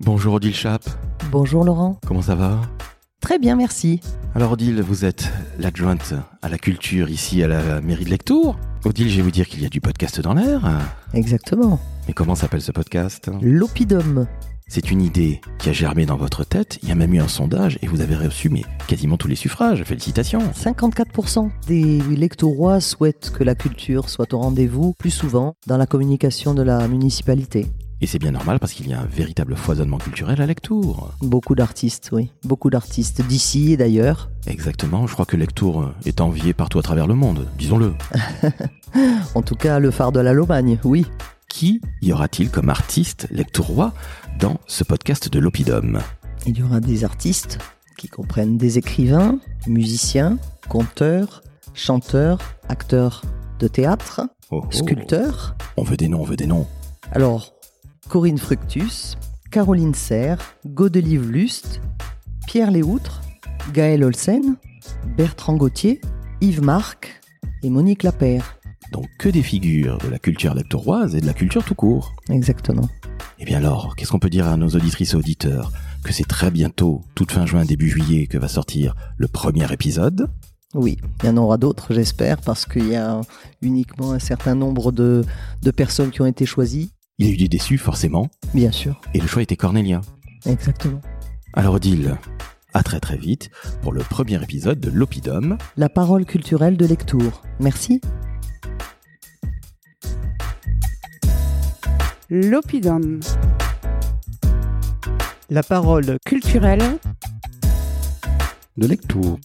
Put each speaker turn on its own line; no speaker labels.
Bonjour Odile Chap,
Bonjour Laurent.
comment ça va
Très bien, merci.
Alors Odile, vous êtes l'adjointe à la culture ici à la mairie de Lectour. Odile, je vais vous dire qu'il y a du podcast dans l'air.
Exactement.
Mais comment s'appelle ce podcast
L'opidum.
C'est une idée qui a germé dans votre tête, il y a même eu un sondage et vous avez reçu mais quasiment tous les suffrages, félicitations
54% des lectorois souhaitent que la culture soit au rendez-vous plus souvent dans la communication de la municipalité.
Et c'est bien normal parce qu'il y a un véritable foisonnement culturel à Lectour.
Beaucoup d'artistes, oui. Beaucoup d'artistes d'ici et d'ailleurs.
Exactement, je crois que Lectour est envié partout à travers le monde, disons-le.
En tout cas, le phare de la Lomagne, oui.
Qui y aura-t-il comme artiste lectourois dans ce podcast de l'Opidum
Il y aura des artistes qui comprennent des écrivains, musiciens, conteurs, chanteurs, acteurs de théâtre,
Oh, oh.
sculpteurs.
On veut des noms, on veut des noms.
Alors, Corinne Fructus, Caroline Serre, Godelive Lust, Pierre Léoutre, Gaël Olsen, Bertrand Gauthier, Yves Marc et Monique Lapère.
Donc que des figures de la culture lectoroise et de la culture tout court.
Exactement.
Eh bien alors, qu'est-ce qu'on peut dire à nos auditrices et auditeurs Que c'est très bientôt, toute fin juin, début juillet, que va sortir le premier épisode.
Oui, il y en aura d'autres, j'espère, parce qu'il y a uniquement un certain nombre de, de personnes qui ont été choisies.
Il y a eu des déçus, forcément,
Bien sûr,
et le choix était cornélien.
exactement.
Alors Odile, à très très vite pour le premier épisode de l'Opidum.
La parole culturelle de Lectour. Merci.
L'Opidum. La parole culturelle
De lecture.